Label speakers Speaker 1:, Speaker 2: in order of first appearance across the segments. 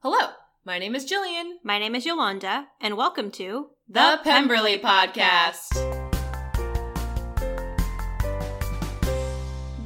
Speaker 1: Hello, my name is Jillian.
Speaker 2: My name is Yolanda, and welcome to
Speaker 1: The Pemberley Podcast.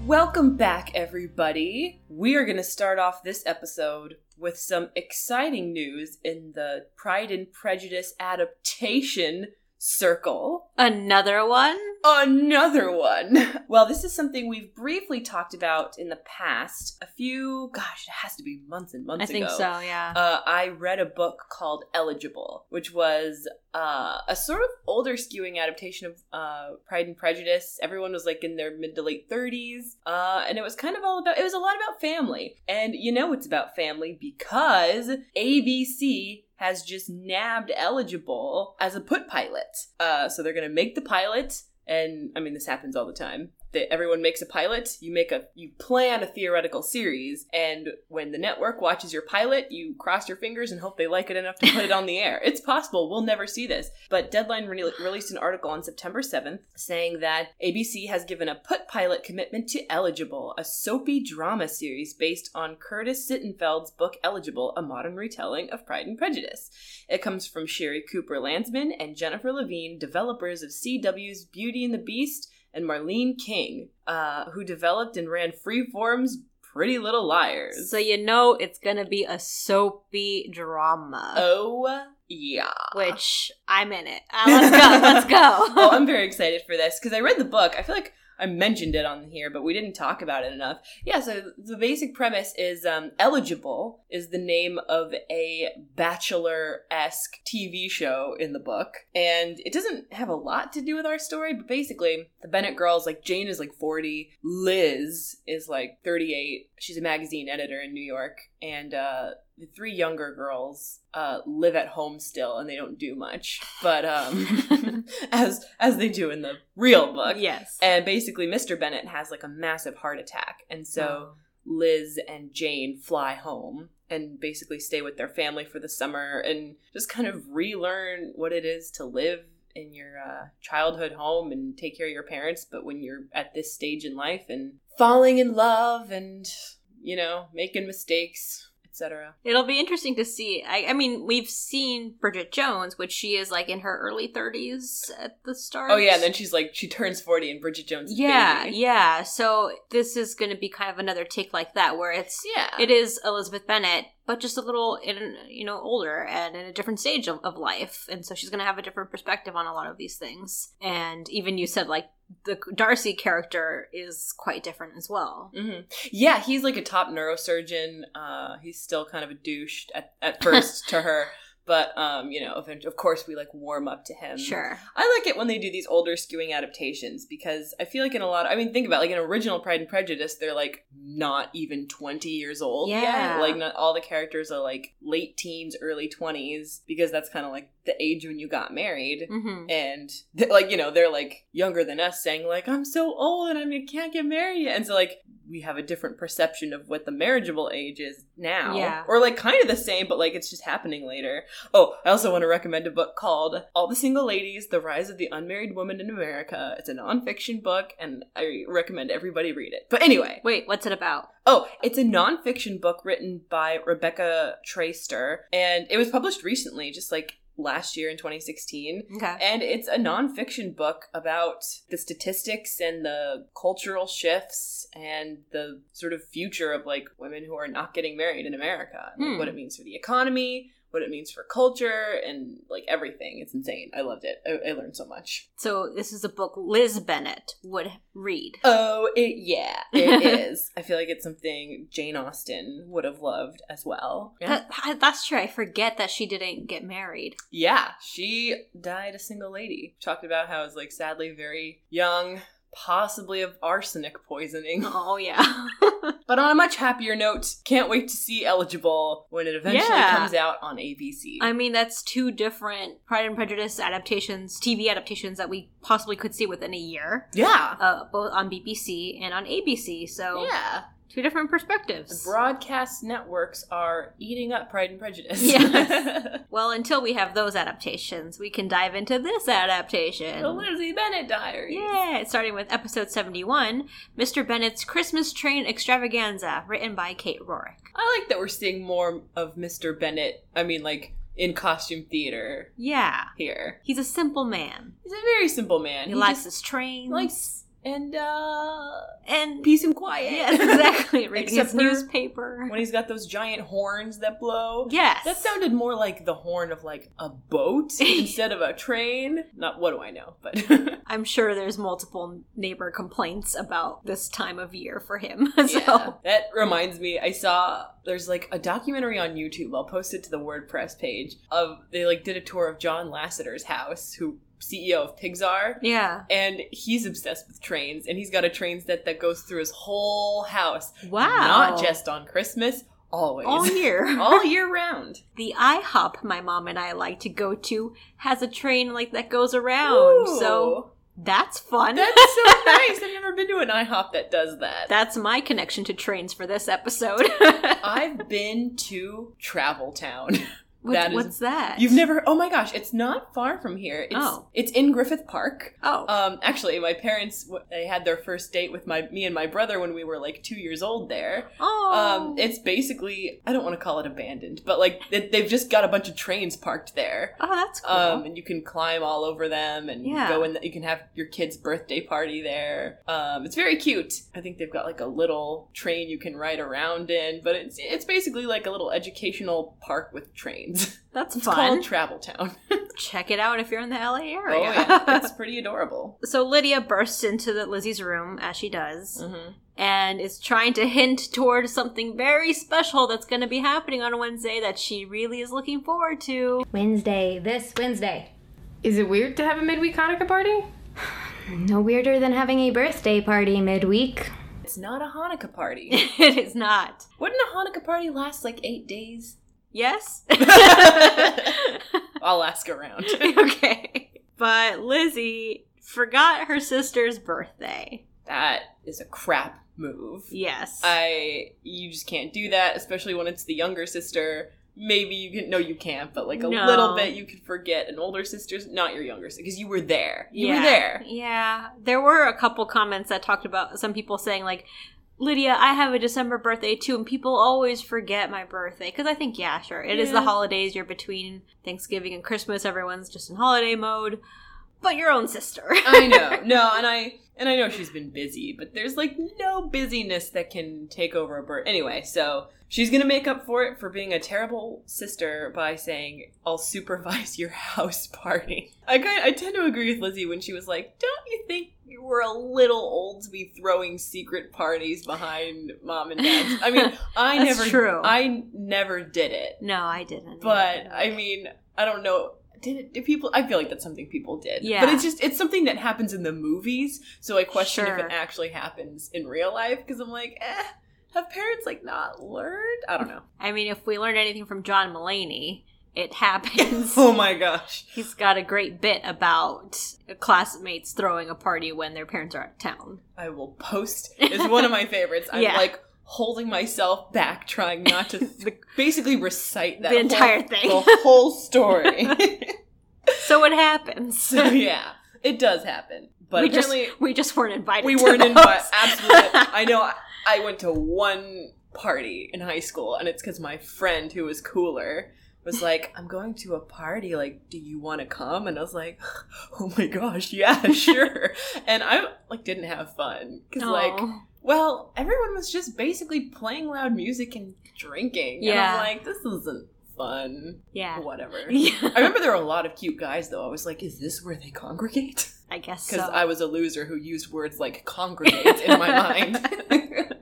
Speaker 3: Welcome back, everybody. We are going to start off this episode with some exciting news in the Pride and Prejudice adaptation circle.
Speaker 2: Another one?
Speaker 3: Another one. Well, this is something we've briefly talked about in the past. A few, gosh, it has to be months and months
Speaker 2: I think
Speaker 3: ago.
Speaker 2: so, yeah.
Speaker 3: Uh, I read a book called Eligible, which was uh, a sort of older skewing adaptation of uh, Pride and Prejudice. Everyone was like in their mid to late 30s. Uh, and it was kind of all about, it was a lot about family. And you know it's about family because ABC has just nabbed Eligible as a put pilot. Uh, so they're going to make the pilot. And I mean, this happens all the time. That everyone makes a pilot, you make a you plan a theoretical series, and when the network watches your pilot, you cross your fingers and hope they like it enough to put it on the air. It's possible we'll never see this, but Deadline re- released an article on September 7th saying that ABC has given a put pilot commitment to Eligible, a soapy drama series based on Curtis Sittenfeld's book Eligible, a modern retelling of Pride and Prejudice. It comes from Sherry Cooper Landsman and Jennifer Levine, developers of CW's Beauty and the Beast and Marlene King, uh, who developed and ran Freeform's Pretty Little Liars.
Speaker 2: So you know it's gonna be a soapy drama,
Speaker 3: oh, yeah.
Speaker 2: which I'm in it. Uh, let's go, let's go.
Speaker 3: oh, I'm very excited for this because I read the book. I feel like I mentioned it on here, but we didn't talk about it enough. Yeah, so the basic premise is um, Eligible is the name of a bachelor esque TV show in the book. And it doesn't have a lot to do with our story, but basically, the Bennett girls, like Jane is like 40, Liz is like 38. She's a magazine editor in New York. And, uh, the three younger girls uh, live at home still and they don't do much but um, as as they do in the real book
Speaker 2: yes.
Speaker 3: and basically mr bennett has like a massive heart attack and so liz and jane fly home and basically stay with their family for the summer and just kind of relearn what it is to live in your uh, childhood home and take care of your parents but when you're at this stage in life and falling in love and you know making mistakes etc
Speaker 2: It'll be interesting to see. I, I mean, we've seen Bridget Jones, which she is like in her early 30s at the start.
Speaker 3: Oh yeah, and then she's like she turns forty and Bridget Jones. is
Speaker 2: yeah,
Speaker 3: baby.
Speaker 2: yeah. So this is going to be kind of another take like that, where it's
Speaker 3: yeah.
Speaker 2: it is Elizabeth Bennett, but just a little in you know older and in a different stage of, of life, and so she's going to have a different perspective on a lot of these things. And even you said like the Darcy character is quite different as well.
Speaker 3: hmm Yeah, he's like a top neurosurgeon. Uh, he's still kind of a douche at, at first to her, but um, you know, eventually, of course, we like warm up to him.
Speaker 2: Sure.
Speaker 3: I like it when they do these older skewing adaptations because I feel like in a lot, I mean, think about like an original Pride and Prejudice, they're like not even 20 years old. yet.
Speaker 2: Yeah.
Speaker 3: Like not all the characters are like late teens, early 20s because that's kind of like the age when you got married.
Speaker 2: hmm
Speaker 3: And th- like, you know, they're like younger than us saying like, I'm so old and I mean, can't get married yet. And so like, we have a different perception of what the marriageable age is now.
Speaker 2: Yeah.
Speaker 3: Or like kind of the same, but like it's just happening later. Oh, I also want to recommend a book called All the Single Ladies The Rise of the Unmarried Woman in America. It's a nonfiction book, and I recommend everybody read it. But anyway,
Speaker 2: Wait, what's it about?
Speaker 3: oh, it's a nonfiction book written by Rebecca Traister, and it was published recently, just like last year in 2016.
Speaker 2: Okay.
Speaker 3: And it's a nonfiction book about the statistics and the cultural shifts and the sort of future of like women who are not getting married in America, and, like,
Speaker 2: Hmm.
Speaker 3: what it means for the economy, what it means for culture, and like everything. It's insane. I loved it. I, I learned so much.
Speaker 2: So this is a book Liz Bennett would read.
Speaker 3: Oh, it, yeah, it is. I feel like it's something Jane Austen would have loved as well. Yeah.
Speaker 2: That- I- that's true. I forget that she didn't get married.
Speaker 3: Yeah, she died a single lady. Talked about how it was like sadly very young, possibly of arsenic poisoning.
Speaker 2: Oh yeah.
Speaker 3: But on a much happier note, can't wait to see Eligible when it eventually
Speaker 2: Yeah.
Speaker 3: comes out on ABC.
Speaker 2: I mean, that's two different Pride and Prejudice adaptations, TV adaptations that we possibly could see within a year,
Speaker 3: yeah.
Speaker 2: uh, both on BBC and on ABC. So
Speaker 3: yeah.
Speaker 2: Two different perspectives.
Speaker 3: Broadcast networks are eating up Pride and Prejudice.
Speaker 2: Yes. well, until we have those adaptations, we can dive into this adaptation.
Speaker 3: the Lizzie Bennett Diaries.
Speaker 2: Yeah, starting with episode 71, Mr. Bennett's Christmas Train Extravaganza, written by Kate Rorick.
Speaker 3: I like that we're seeing more of Mr. Bennett. I mean, like in costume theater
Speaker 2: Yeah,
Speaker 3: here.
Speaker 2: he's a simple man.
Speaker 3: He's a very simple man.
Speaker 2: He, likes
Speaker 3: just
Speaker 2: his trains.
Speaker 3: likes and uh
Speaker 2: and
Speaker 3: peace and quiet.
Speaker 2: yes, exactly. Reading
Speaker 3: Except
Speaker 2: his
Speaker 3: for
Speaker 2: newspaper.
Speaker 3: when he's got those giant horns that blow.
Speaker 2: Yes,
Speaker 3: That sounded more like the horn of like a boat instead of a train. Not what do I know, but
Speaker 2: I'm sure there's multiple neighbor complaints about this time of year for him. so
Speaker 3: Yeah. That reminds me, I saw there's like a documentary on YouTube. I'll post it to the WordPress page. Of they like did a tour of John Lasseter's house, who CEO of Pigsar.
Speaker 2: yeah.
Speaker 3: And he's obsessed with trains, and he's got a train set that goes through his whole house.
Speaker 2: Wow.
Speaker 3: Not just on Christmas, always.
Speaker 2: all year.
Speaker 3: All year round.
Speaker 2: the IHOP my mom and I like to go to has a train like that goes around. So
Speaker 3: Ooh.
Speaker 2: that's fun.
Speaker 3: that's so nice. I've never been to an IHOP that does that.
Speaker 2: That's my connection to trains for this episode.
Speaker 3: I've been to Travel Town.
Speaker 2: What-
Speaker 3: That is-
Speaker 2: what's that?
Speaker 3: You've never? Oh my gosh! It's not far from here. It's,
Speaker 2: Oh.
Speaker 3: it's in Griffith Park.
Speaker 2: Oh,
Speaker 3: Um, actually, my parents w- they had their first date with my me and my brother when we were like two years old. There,
Speaker 2: oh,
Speaker 3: um, it's basically I don't want to call it abandoned, but like they, they've just got a bunch of trains parked there.
Speaker 2: oh, that's cool.
Speaker 3: Um, and you can climb all over them, and
Speaker 2: Yeah.
Speaker 3: go in. The, you can have your kid's birthday party there. Um, it's very cute. I think they've got like a little train you can ride around in, but it's it's basically like a little educational park with trains.
Speaker 2: that's
Speaker 3: It's called
Speaker 2: fun. Oh,
Speaker 3: Travel Town.
Speaker 2: Check it out if you're in the LA area.
Speaker 3: Oh yeah, it's pretty adorable.
Speaker 2: so Lydia bursts into the Lizzie's room as she does,
Speaker 3: Mm-hmm.
Speaker 2: and is trying to hint toward something very special that's going to be happening on Wednesday that she really is looking forward to.
Speaker 4: Wednesday, this Wednesday.
Speaker 5: Is it weird to have a midweek Hanukkah party?
Speaker 4: No weirder than having a birthday party midweek.
Speaker 3: It's not a Hanukkah party.
Speaker 2: it is not.
Speaker 3: Wouldn't a Hanukkah party last like eight days?
Speaker 2: Yes.
Speaker 3: I'll ask around.
Speaker 2: okay. But Lizzie forgot her sister's birthday.
Speaker 3: that is a crap move.
Speaker 2: Yes.
Speaker 3: I you just can't do that, especially when it's the younger sister. Maybe you can no you can't, but like a
Speaker 2: No.
Speaker 3: little bit you could forget an older sister's not your younger sister because you were there. You
Speaker 2: yeah.
Speaker 3: were there.
Speaker 2: Yeah. There were a couple comments that talked about some people saying, like, Lydia, I have a December birthday too, and people always forget my birthday. Because I think, yeah, sure, it is
Speaker 3: Yeah.
Speaker 2: the holidays. You're between Thanksgiving and Christmas. Everyone's just in holiday mode. But your own sister.
Speaker 3: I know. No, and I and I know she's been busy, but there's like no busyness that can take over a birth. Anyway, so she's gonna make up for it for being a terrible sister by saying, "I'll supervise your house party." I kind I tend to agree with Lizzie when she was like, "Don't you think you were a little old to be throwing secret parties behind mom and dad?" I mean, I
Speaker 2: That's
Speaker 3: never,
Speaker 2: true.
Speaker 3: I never did it,
Speaker 2: no, I didn't.
Speaker 3: but I mean, I don't know. Did it? Did people? I feel like that's something people did.
Speaker 2: Yeah.
Speaker 3: But it's just it's something that happens in the movies, so I question if
Speaker 2: Sure.
Speaker 3: it actually happens in real life because I'm like, eh, have parents like not learned? I don't know.
Speaker 2: I mean, if we learned anything from John Mulaney, it happens.
Speaker 3: oh my gosh.
Speaker 2: He's got a great bit about classmates throwing a party when their parents are out of town.
Speaker 3: I will post. It's one of my favorites. I'm
Speaker 2: Yeah.
Speaker 3: like holding myself back, trying not to th- basically recite that
Speaker 2: The
Speaker 3: whole-
Speaker 2: entire thing.
Speaker 3: the whole story.
Speaker 2: So it happens.
Speaker 3: so yeah, it does happen. But
Speaker 2: we
Speaker 3: apparently,
Speaker 2: just we just weren't invited.
Speaker 3: we
Speaker 2: to
Speaker 3: weren't
Speaker 2: those.
Speaker 3: invited. Absolutely, I know. I, I went to one party in high school, and it's because my friend who was cooler was like, "I'm going to a party. Like, do you want to come?" And I was like, "Oh my gosh, yeah, sure." and I like didn't have fun because
Speaker 2: No.
Speaker 3: like, well, everyone was just basically playing loud music and drinking. And
Speaker 2: Yeah.
Speaker 3: I'm like, this isn't fun.
Speaker 2: yeah.
Speaker 3: Whatever.
Speaker 2: Yeah.
Speaker 3: I remember there were a lot of cute guys though. I was like, is this where they congregate?
Speaker 2: I guess so.
Speaker 3: because I was a loser who used words like congregate in my mind.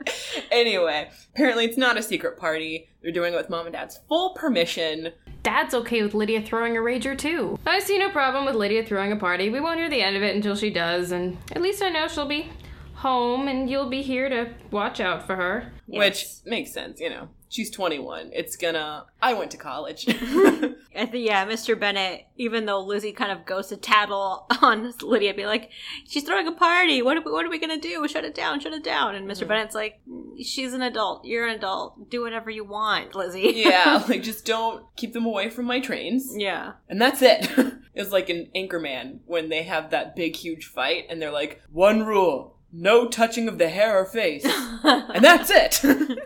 Speaker 3: anyway, apparently it's not a secret party. They're doing it with mom and dad's full permission.
Speaker 5: Dad's okay with Lydia throwing a rager too. I see no problem with Lydia throwing a party. We won't hear the end of it until she does, and at least I know she'll be home and you'll be here to watch out for her.
Speaker 2: Yes.
Speaker 3: Which makes sense, you know. She's 21. It's gonna. I went to college.
Speaker 2: I think yeah, Mr. Bennett, even though Lizzie kind of goes to tattle on Lydia, be like, she's throwing a party. What are we, what are we gonna do? Shut it down, shut it down. And mister Bennett's like, she's an adult. You're an adult. Do whatever you want, Lizzie.
Speaker 3: yeah, like just don't keep them away from my trains.
Speaker 2: yeah.
Speaker 3: And that's it. it was like an Anchorman when they have that big, huge fight, and they're like, one rule no touching of the hair or face. and that's it.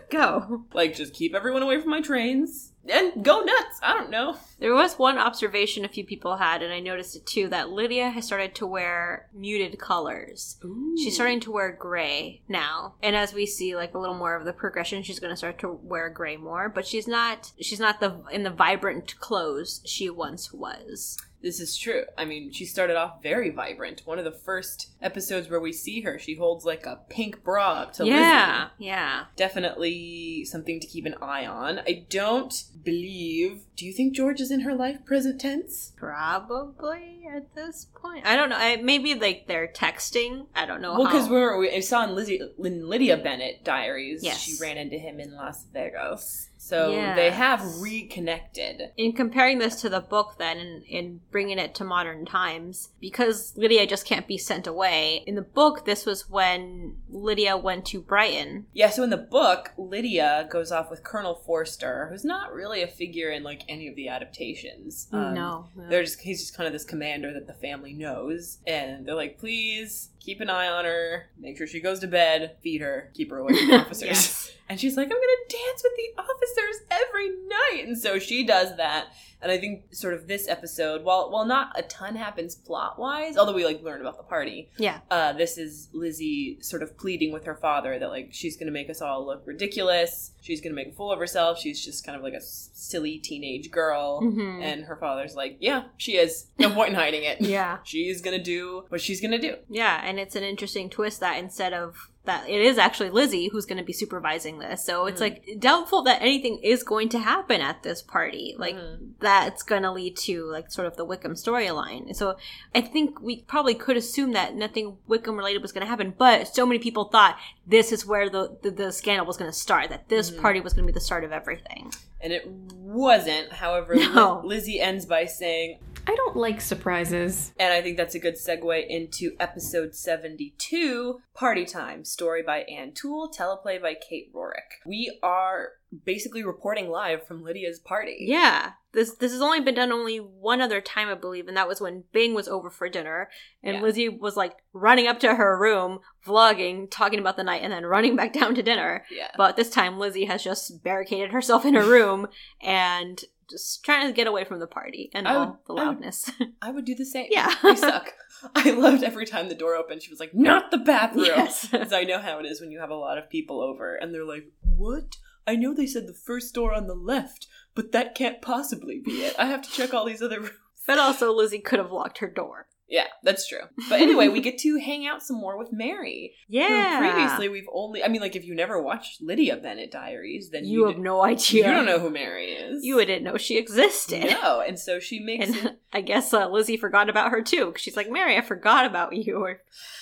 Speaker 2: Go.
Speaker 3: like, just keep everyone away from my trains and go nuts. I don't know.
Speaker 2: There was one observation a few people had, and I noticed it too, that Lydia has started to wear muted colors. She's starting to wear gray now, and as we see like a little more of the progression, she's going to start to wear gray more. But she's not she's not the in the vibrant clothes she once was.
Speaker 3: This is true. I mean, she started off very vibrant. One of the first episodes where we see her, she holds like a pink bra up to Lizzie.
Speaker 2: yeah, yeah.
Speaker 3: Definitely something to keep an eye on. I don't believe. Do you think George is in her life, present tense?
Speaker 2: Probably at this point, I don't know. I, maybe like they're texting. I don't know.
Speaker 3: Well,
Speaker 2: how-
Speaker 3: because we're we I saw in Lizzie in Lydia Bennett diaries,
Speaker 2: Yes.
Speaker 3: she ran into him in Las Vegas. So
Speaker 2: Yes.
Speaker 3: they have reconnected.
Speaker 2: in comparing this to the book then and, and bringing it to modern times because lydia just can't be sent away in the book this was when lydia went to brighton
Speaker 3: Yeah, so in the book, Lydia goes off with Colonel Forster, who's not really a figure in like any of the adaptations. Um, They're just he's just kind of this commander that the family knows, and they're like, please keep an eye on her, make sure she goes to bed, feed her, keep her away from the officers.
Speaker 2: Yes.
Speaker 3: And she's like, I'm gonna dance with the officers every night, and so she does that. And I think sort of this episode, while while not a ton happens plot wise, although we like learn about the party,
Speaker 2: yeah
Speaker 3: uh, this is Lizzie sort of pleading with her father that like she's going to make us all look ridiculous. She's going to make a fool of herself. She's just kind of like a s- silly teenage girl.
Speaker 2: Mhm.
Speaker 3: And her father's like, yeah, she is. No point in hiding it.
Speaker 2: yeah
Speaker 3: She's going to do what she's going to do.
Speaker 2: yeah and it's an interesting twist that instead of that it is actually lizzie who's going to be supervising this so it's
Speaker 3: Mhm.
Speaker 2: like doubtful that anything is going to happen at this party like that's going to lead to like sort of the Wickham storyline. So I think we probably could assume that nothing Wickham related was going to happen, but so many people thought this is where the the, the scandal was going to start, that this party was going to be the start of everything.
Speaker 3: And it wasn't. However, Li-
Speaker 2: No.
Speaker 3: Lizzie ends by saying,
Speaker 5: I don't like surprises.
Speaker 3: And I think that's a good segue into episode 72 Party Time, story by Anne Toole, teleplay by Kate Rorick. We are basically reporting live from Lydia's party.
Speaker 2: Yeah. This this has only been done only one other time, I believe, and that was when Bing was over for dinner and
Speaker 3: Yeah.
Speaker 2: Lizzie was like running up to her room, vlogging, talking about the night, and then running back down to dinner.
Speaker 3: Yeah.
Speaker 2: But this time, Lizzie has just barricaded herself in her room and just trying to get away from the party and
Speaker 3: I
Speaker 2: all
Speaker 3: would- I
Speaker 2: the
Speaker 3: would-
Speaker 2: loudness.
Speaker 3: I would do the same.
Speaker 2: Yeah.
Speaker 3: I suck. I loved every time the door opened, she was like, Not the bathroom.
Speaker 2: Yes.
Speaker 3: Because I know how it is when you have a lot of people over and they're like, What? I know they said the first door on the left, but that can't possibly be it. I have to check all these other rooms.
Speaker 2: but also, Lizzie could have locked her door.
Speaker 3: Yeah, that's true. But anyway, we get to hang out some more with Mary. who
Speaker 2: Yeah.
Speaker 3: Previously, we've only, I mean, like, if you never watched Lydia Bennett Diaries, then
Speaker 2: you,
Speaker 3: you,
Speaker 2: have
Speaker 3: did-
Speaker 2: no idea.
Speaker 3: You don't know who Mary is.
Speaker 2: You didn't know she existed.
Speaker 3: No, and so she makes it.
Speaker 2: And I guess uh, Lizzie forgot about her too. 'cause She's like, Mary, I forgot about you. Or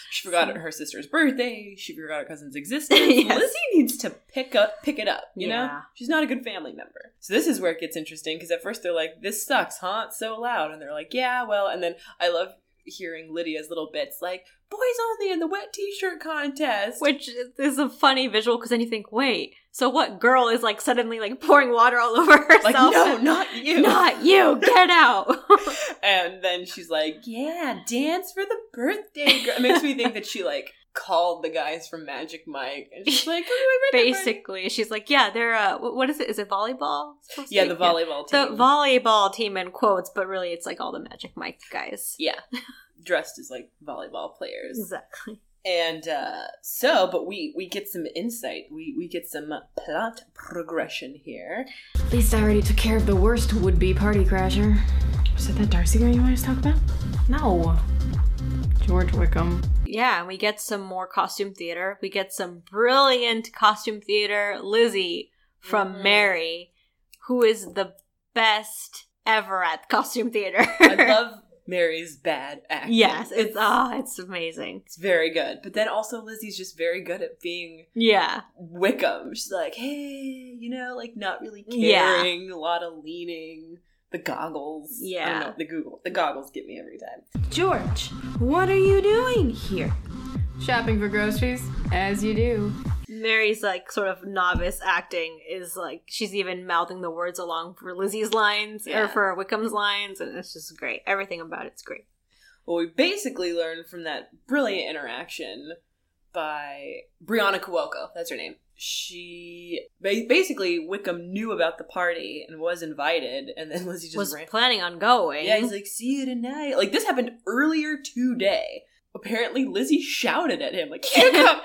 Speaker 3: She forgot her sister's birthday. She forgot her cousin's existence.
Speaker 2: Yes.
Speaker 3: Lizzie needs to pick up, pick it up. You know,
Speaker 2: Yeah.
Speaker 3: she's not a good family member. So this is where it gets interesting because at first they're like, "This sucks, huh? It's so loud," and they're like, "Yeah, well." And then I love hearing Lydia's little bits like, "Boys only in the wet t-shirt contest."
Speaker 2: which is a funny visual because then you think, wait, so what girl is like suddenly like pouring water all over herself?
Speaker 3: like, no, not you.
Speaker 2: Not you. Get out.
Speaker 3: and then she's like, "Yeah, dance for the birthday." Girl. It makes me think that she like called the guys from Magic Mike, and she's like, oh, my birthday party."
Speaker 2: Basically, she's like, yeah, they're uh, wh- what is it? Is it volleyball? Supposed to
Speaker 3: Yeah,
Speaker 2: be?
Speaker 3: the volleyball
Speaker 2: The
Speaker 3: team.
Speaker 2: volleyball team in quotes, but really it's like all the Magic Mike guys.
Speaker 3: Yeah. Dressed as like volleyball players.
Speaker 2: Exactly.
Speaker 3: And uh so, but we we get some insight. We we get some plot progression here.
Speaker 5: At least I already took care of the worst would be party crasher. Was it that Darcy guy you wanted to talk about? No. George Wickham.
Speaker 2: Yeah, and we get some more costume theater. We get some brilliant costume theater Lizzie from
Speaker 3: Mhm.
Speaker 2: Mary, who is the best ever at costume theater.
Speaker 3: I love Mary's bad acting.
Speaker 2: Yes, it's ah, it's amazing.
Speaker 3: It's very good. But then also Lizzie's just very good at being
Speaker 2: Yeah,
Speaker 3: Wickham. She's like, hey, you know, like not really
Speaker 2: Yeah.
Speaker 3: caring, a lot of leaning. The goggles. I don't
Speaker 2: Yeah.
Speaker 3: know, the Google. The goggles get me every time.
Speaker 6: George, what are you doing here?
Speaker 5: Shopping for groceries, as you do.
Speaker 2: Mary's like sort of novice acting is like she's even mouthing the words along for Lizzie's lines or
Speaker 3: Yeah.
Speaker 2: for Wickham's lines, and it's just great. Everything about it's great.
Speaker 3: Well, we basically learned from that brilliant interaction by Brianna Kuoko. That's her name. She ba- basically Wickham knew about the party and was invited, and then Lizzie just
Speaker 2: Was
Speaker 3: ran.
Speaker 2: planning on going.
Speaker 3: Yeah, he's like, "See you tonight." Like this happened earlier today. Apparently, Lizzie shouted at him, "Like you come,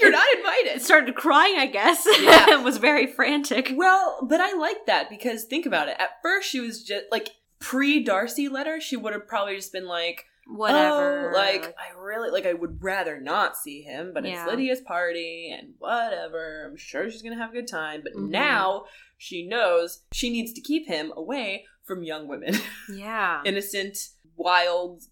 Speaker 3: you're not invited."
Speaker 2: started crying, I guess.
Speaker 3: Yeah.
Speaker 2: was very frantic.
Speaker 3: Well, but I like that because think about it. At first, she was just like pre Darcy letter. She would have probably just been like,
Speaker 2: Whatever.
Speaker 3: "Oh, like I really like I would rather not see him, but
Speaker 2: Yeah.
Speaker 3: it's Lydia's party and whatever. I'm sure she's gonna have a good time. But
Speaker 2: Mhm.
Speaker 3: now she knows she needs to keep him away from young women,
Speaker 2: yeah.
Speaker 3: innocent, wild,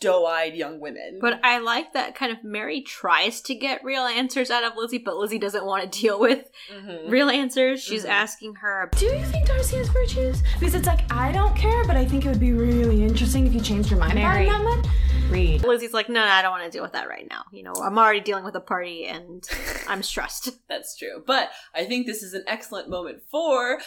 Speaker 3: doe-eyed young women.
Speaker 2: But I like that kind of Mary tries to get real answers out of Lizzie, but Lizzie doesn't want to deal with
Speaker 3: Mhm.
Speaker 2: real answers. She's
Speaker 3: Mhm.
Speaker 2: asking her.
Speaker 6: Do you think Darcy has virtues? Because it's like, I don't care, but I think it would be really interesting if you changed your mind about
Speaker 5: Mary.
Speaker 6: him that much.
Speaker 5: Read.
Speaker 2: Lizzie's like, no, no, I don't want to deal with that right now. You know, I'm already dealing with a party and I'm stressed.
Speaker 3: That's true. But I think this is an excellent moment for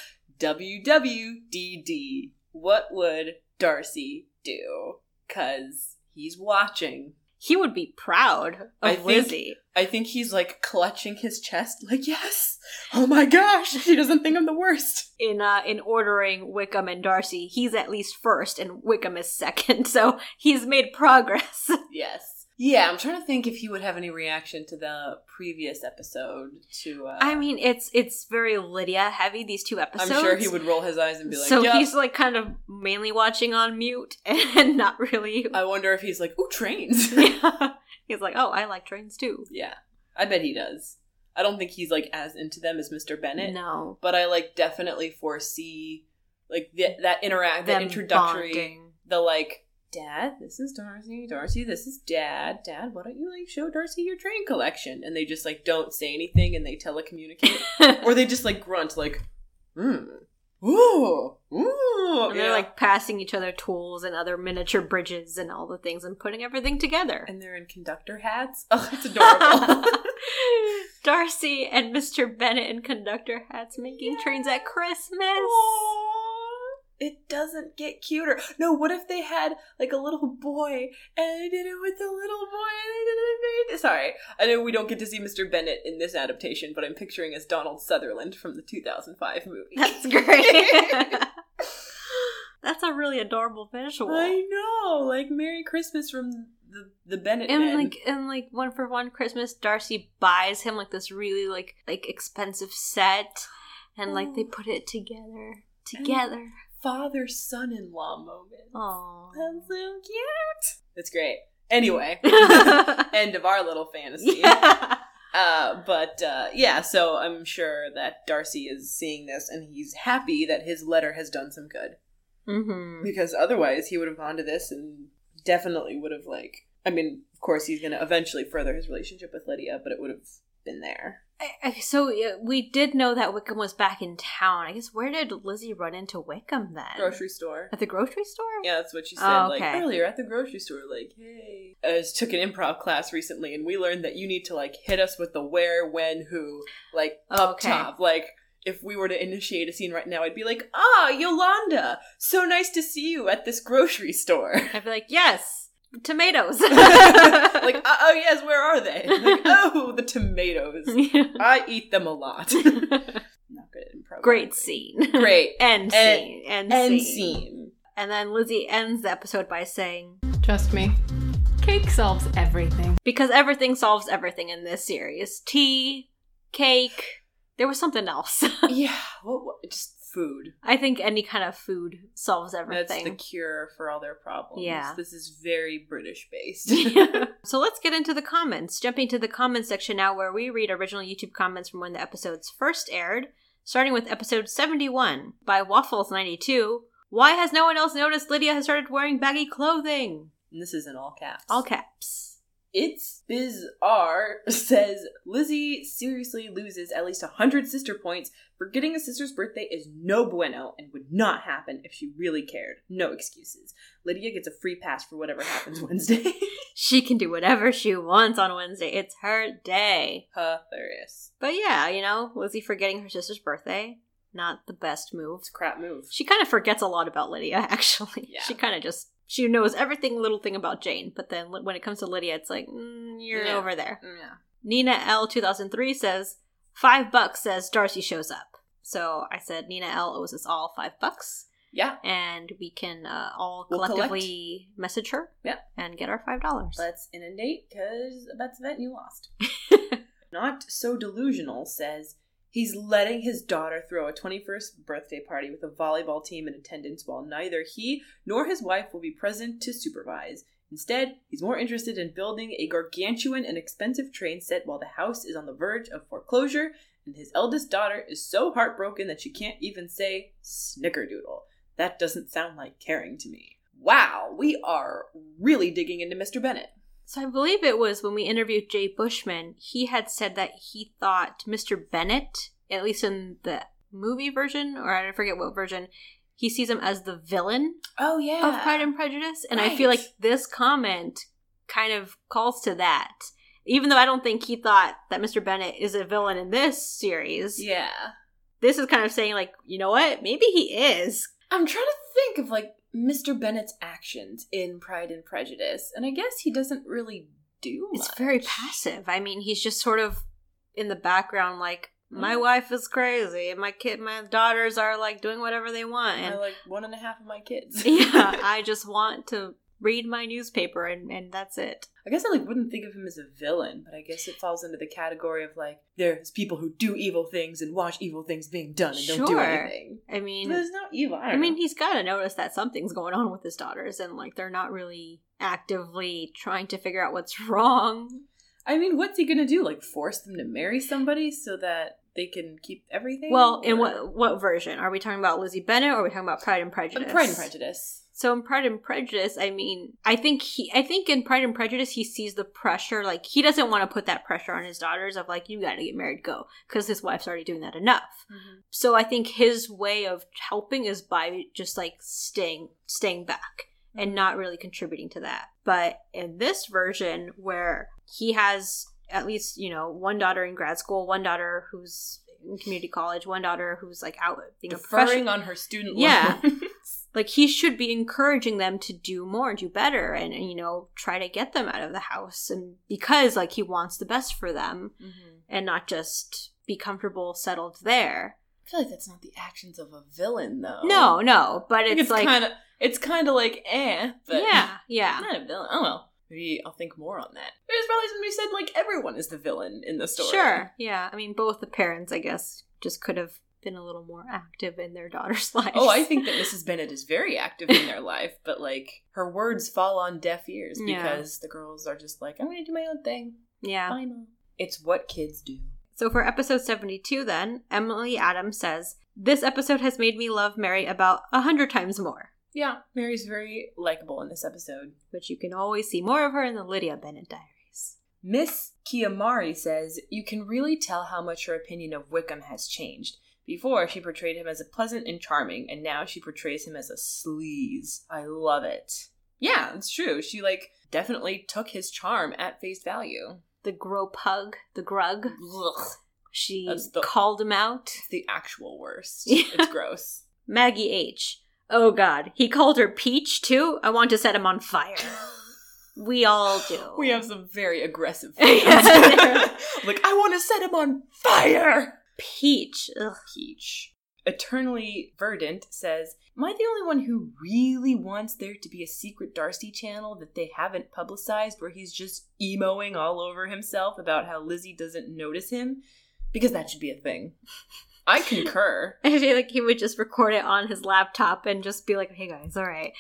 Speaker 3: WWDD. What would Darcy do? Because he's watching.
Speaker 2: He would be proud of
Speaker 3: I think-
Speaker 2: Lizzie.
Speaker 3: I think he's like clutching his chest, like, yes, oh my gosh, she doesn't think I'm the worst.
Speaker 2: in uh, in ordering Wickham and Darcy, he's at least first and Wickham is second. So he's made progress.
Speaker 3: Yes. Yeah, I'm trying to think if he would have any reaction to the previous episode. To uh,
Speaker 2: I mean, it's it's very Lydia heavy these two
Speaker 3: I'm
Speaker 2: episodes.
Speaker 3: sure he would roll his eyes and be like,
Speaker 2: so
Speaker 3: "Yup."
Speaker 2: he's like kind of mainly watching on mute and not really.
Speaker 3: I wonder if he's like, ooh, trains.
Speaker 2: He's like, oh, I like trains too.
Speaker 3: yeah, I bet he does. I don't think he's like as into them as Mr. Bennett.
Speaker 2: No,
Speaker 3: but I like definitely foresee like the, that interact, the
Speaker 2: Them
Speaker 3: introductory,
Speaker 2: bonding.
Speaker 3: the like, Dad, this is Darcy. Darcy, this is Dad. Dad, why don't you like show Darcy your train collection? And they just like don't say anything and they telecommunicate, or they just like grunt like, hmm, ooh, ooh,
Speaker 2: And they're
Speaker 3: yeah.
Speaker 2: like passing each other tools and other miniature bridges and all the things and putting everything together.
Speaker 3: and they're in conductor hats. Oh, it's adorable.
Speaker 2: Darcy and Mr. Bennett and Conductor Hats making trains at Christmas.
Speaker 3: Aw, It doesn't get cuter. No, what if they had like a little boy and they did it with the little boy and they did it with Sorry, I know we don't get to see Mr. Bennett in this adaptation, but I'm picturing as Donald Sutherland from the 2005 movie.
Speaker 2: That's great. That's a really adorable visual.
Speaker 3: I know, like Merry Christmas from the the Bennett
Speaker 2: and
Speaker 3: men.
Speaker 2: like and like one for one Christmas, Darcy buys him like this really like like expensive set, and like
Speaker 3: Oh.
Speaker 2: they put it together together.
Speaker 3: father son in law moment.
Speaker 2: Oh,
Speaker 3: That's so cute. That's great. Anyway, end of our little fantasy.
Speaker 2: yeah.
Speaker 3: Uh, but uh, yeah, so I'm sure that Darcy is seeing this and he's happy that his letter has done some good
Speaker 2: Mm-hmm.
Speaker 3: because otherwise he would have gone to this and definitely would have like. I mean, of course, he's going to eventually further his relationship with Lydia, but it would have been there.
Speaker 2: So uh, we did know that Wickham was back in town. I guess where did Lizzie run into Wickham then?
Speaker 3: Grocery store.
Speaker 2: At the grocery store?
Speaker 3: Yeah, that's what she said.
Speaker 2: Oh,
Speaker 3: Like
Speaker 2: okay.
Speaker 3: earlier at the grocery store, like, hey. I just took an improv class recently, and we learned that you need to like hit us with the where, when, who, like up
Speaker 2: Oh, Okay.
Speaker 3: top. Like if we were to initiate a scene right now, I'd be like, ah, Yolanda, so nice to see you at this grocery store.
Speaker 2: I'd be like, yes, tomatoes.
Speaker 3: like, uh, oh yes, where are they? Like, oh, the tomatoes. I eat them a lot. Not good at improv.
Speaker 2: Great scene.
Speaker 3: Great. And-
Speaker 2: End scene. End,
Speaker 3: End
Speaker 2: scene.
Speaker 3: scene.
Speaker 2: And then Lizzie ends the episode by saying,
Speaker 5: Trust me. Cake solves everything.
Speaker 2: because everything solves everything in this series tea, cake, there was something else.
Speaker 3: yeah. What, what? Just food.
Speaker 2: I think any kind of food solves everything.
Speaker 3: That's the cure for all their problems.
Speaker 2: Yeah.
Speaker 3: This is very British based.
Speaker 2: so let's get into the comments. Jumping to the comments section now, where we read original YouTube comments from when the episodes first aired, starting with episode 71 by Waffles92, Why has no one else noticed Lydia has started wearing baggy clothing?
Speaker 3: And this is in all caps.
Speaker 2: All caps.
Speaker 3: It's bizarre, says Lizzie seriously loses at least 100 sister points. Forgetting a sister's birthday is no bueno and would not happen if she really cared. No excuses. Lydia gets a free pass for whatever happens Wednesday.
Speaker 2: She can do whatever she wants on Wednesday. It's her day.
Speaker 3: Hilarious.
Speaker 2: But yeah, you know, Lizzie forgetting her sister's birthday, not the best move.
Speaker 3: It's a crap move.
Speaker 2: She kind of forgets a lot about Lydia, actually.
Speaker 3: Yeah.
Speaker 2: She kind of just, she knows everything, little thing about Jane, but then li- when it comes to Lydia, it's like, mm, you're
Speaker 3: Yeah.
Speaker 2: over there.
Speaker 3: Yeah.
Speaker 2: Nina L2003 says, five bucks says Darcy shows up. So I said, Nina L owes us all five bucks,
Speaker 3: Yeah.
Speaker 2: and we can uh, all
Speaker 3: We'll collect.
Speaker 2: collectively message her
Speaker 3: Yeah.
Speaker 2: and get our five dollars.
Speaker 3: Let's inundate because that's the vet you lost. Not so delusional says he's letting his daughter throw a 21st birthday party with a volleyball team in attendance while neither he nor his wife will be present to supervise. Instead, he's more interested in building a gargantuan and expensive train set while the house is on the verge of foreclosure, and his eldest daughter is so heartbroken that she can't even say snickerdoodle. That doesn't sound like caring to me. Wow, we are really digging into Mr. Bennett.
Speaker 2: So I believe it was when we interviewed Jay Bushman, he had said that he thought Mr. Bennett, at least in the movie version, or I forget what version, he sees him as the villain
Speaker 3: Oh, yeah.
Speaker 2: of Pride and Prejudice. And I feel
Speaker 3: Right.
Speaker 2: like this comment kind of calls to that. Even though I don't think he thought that Mr. Bennett is a villain in this series,
Speaker 3: Yeah.
Speaker 2: this is kind of saying, like, you know what? Maybe he is.
Speaker 3: I'm trying to think of like Mr. Bennett's actions in Pride and Prejudice, and I guess he doesn't really do much.
Speaker 2: It's very passive. I mean, he's just sort of in the background, like my
Speaker 3: Mm.
Speaker 2: wife is crazy, and my kid, my daughters are like doing whatever they want,
Speaker 3: I
Speaker 2: and
Speaker 3: like one and a half of my kids.
Speaker 2: yeah, I just want to read my newspaper, and and that's it.
Speaker 3: I guess I like wouldn't think of him as a villain, but I guess it falls into the category of like there's people who do evil things and watch evil things being done and don't do
Speaker 2: Sure.
Speaker 3: anything.
Speaker 2: I mean,
Speaker 3: There's no evil. I,
Speaker 2: I
Speaker 3: don't
Speaker 2: mean,
Speaker 3: know.
Speaker 2: he's got to notice that something's going on with his daughters, and like they're not really actively trying to figure out what's wrong.
Speaker 3: I mean, what's he gonna do? Like force them to marry somebody so that they can keep everything?
Speaker 2: Well,
Speaker 3: Or-
Speaker 2: in what what version are we talking about? Lizzie Bennett, or are we talking about Pride and Prejudice?
Speaker 3: Pride and Prejudice.
Speaker 2: So in Pride and Prejudice, I mean, I think he, I think in Pride and Prejudice, he sees the pressure. Like he doesn't want to put that pressure on his daughters of like you got to get married, go, because his wife's already doing that enough. So I think his way of helping is by just like staying staying back and not really contributing to that. But in this version, where he has at least you know one daughter in grad school, one daughter who's in community college, one daughter who's like out being a professional
Speaker 3: Deferring on her student
Speaker 2: Yeah.
Speaker 3: loans.
Speaker 2: like he should be encouraging them to do more and do better and you know try to get them out of the house and because like he wants the best for them and not just be comfortable settled there
Speaker 3: I feel like that's not the actions of a villain, though.
Speaker 2: no no but
Speaker 3: I think
Speaker 2: it's, like
Speaker 3: kind of it's kind of like eh, but
Speaker 2: yeah yeah
Speaker 3: not a villain. Oh well, maybe I'll think more on that. There's probably somebody said like everyone is the villain in the story.
Speaker 2: sure yeah i mean both the parents i guess just could have been a little more active in their daughter's lives
Speaker 3: Oh, I think that Mrs. Bennett is very active in their life, but like her words fall on deaf ears
Speaker 2: Yeah.
Speaker 3: because the girls are just like, "I'm going to do my own thing."
Speaker 2: yeah
Speaker 3: Bye, mom. It's what kids do.
Speaker 2: So for episode 72, then, Emily Adams says, This episode has made me love Mary about a hundred times more,
Speaker 3: Yeah, Mary's very likable in this episode.
Speaker 2: which you can always see more of her in the Lydia Bennett diaries.
Speaker 3: Miss Kiyomari says, You can really tell how much her opinion of Wickham has changed. Before, she portrayed him as a pleasant and charming, and now she portrays him as a sleaze. I love it. Yeah, it's true. She, like, definitely took his charm at face value.
Speaker 2: The grope hug, the grug,
Speaker 3: Ugh.
Speaker 2: she
Speaker 3: That's the-
Speaker 2: called him out.
Speaker 3: It's the actual worst.
Speaker 2: Yeah.
Speaker 3: It's gross.
Speaker 2: Maggie H. Oh god, he called her Peach too? I want to set him on fire. We all do.
Speaker 3: We have some very aggressive fans.
Speaker 2: Yeah.
Speaker 3: like, I want to set him on fire!
Speaker 2: Peach. Ugh.
Speaker 3: Peach. Eternally Verdant says, Am I the only one who really wants there to be a secret Darcy channel that they haven't publicized where he's just emoing all over himself about how Lizzie doesn't notice him? Because that should be a thing. I concur.
Speaker 2: I feel like he would just record it on his laptop and just be like, hey guys, alright.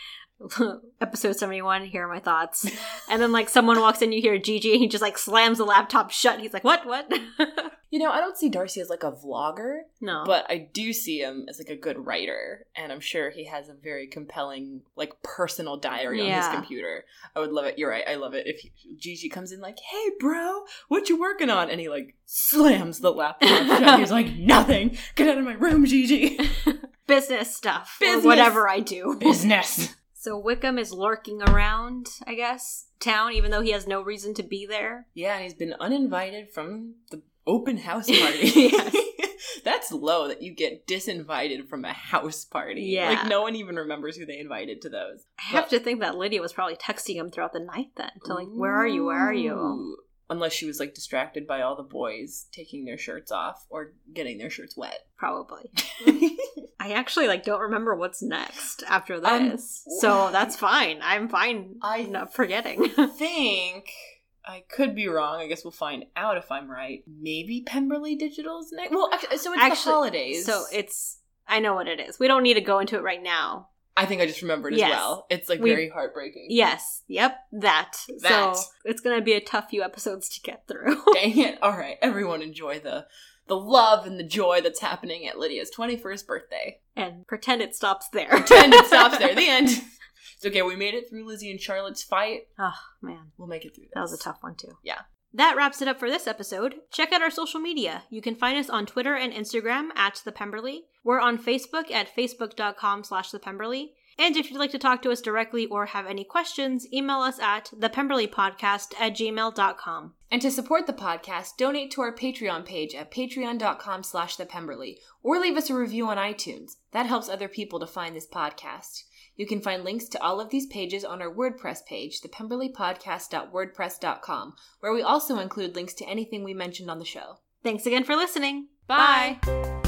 Speaker 2: episode 71 here are my thoughts and then like someone walks in you hear gigi and he just like slams the laptop shut and he's like what what
Speaker 3: You know, I don't see Darcy as like a vlogger,
Speaker 2: no
Speaker 3: but I do see him as like a good writer, and I'm sure he has a very compelling like personal diary on his
Speaker 2: Yeah.
Speaker 3: computer. I would love it. You're right. I love it if he, Gigi comes in like, "Hey, bro, what you working on?" and he like slams the laptop shut. He's like, "Nothing. Get out of my room, Gigi.
Speaker 2: business stuff or
Speaker 3: Business.
Speaker 2: whatever i do
Speaker 3: Business."
Speaker 2: so wickham is lurking around i guess town even though he has no reason to be there
Speaker 3: Yeah, and he's been uninvited from the open house party.
Speaker 2: Yes.
Speaker 3: That's low that you get disinvited from a house party.
Speaker 2: Yeah.
Speaker 3: Like no one even remembers who they invited to those.
Speaker 2: i have to think that lydia was probably texting him throughout the night then to like where are you where are you
Speaker 3: Ooh. Unless she was like distracted by all the boys taking their shirts off or getting their shirts wet.
Speaker 2: probably i actually like don't remember what's next after
Speaker 3: Um,
Speaker 2: this so that's fine i'm fine
Speaker 3: I-
Speaker 2: not forgetting
Speaker 3: I think I could be wrong. I guess we'll find out if I'm right. Maybe Pemberley Digital's next. Well, actually, so it's the holidays.
Speaker 2: So it's I know what it is. We don't need to go into it right now.
Speaker 3: I think I just remembered as
Speaker 2: Yes.
Speaker 3: well. It's like
Speaker 2: We-
Speaker 3: very heartbreaking.
Speaker 2: Yes. Yep. That.
Speaker 3: That.
Speaker 2: So it's gonna be a tough few episodes to get through.
Speaker 3: Dang it. All right. Everyone enjoy the the love and the joy that's happening at Lydia's 21st birthday.
Speaker 2: and pretend it stops there.
Speaker 3: And it stops there. The end. It's okay. We made it through Lizzie and Charlotte's fight.
Speaker 2: oh man.
Speaker 3: We'll make it through this.
Speaker 2: That was a tough one too.
Speaker 3: Yeah.
Speaker 2: That wraps it up for this episode. Check out our social media. You can find us on Twitter and Instagram at the Pemberley. We're on Facebook at facebook.com slash the Pemberley. And if you'd like to talk to us directly or have any questions, email us at thepemberleypodcast at gmail.com.
Speaker 1: And to support the podcast, donate to our Patreon page at patreon.com slash the Pemberley, or leave us a review on iTunes. That helps other people to find this podcast. You can find links to all of these pages on our WordPress page, thepemberleypodcast.wordpress.com, where we also include links to anything we mentioned on the show.
Speaker 2: Thanks again for listening.
Speaker 1: Bye.
Speaker 2: Bye.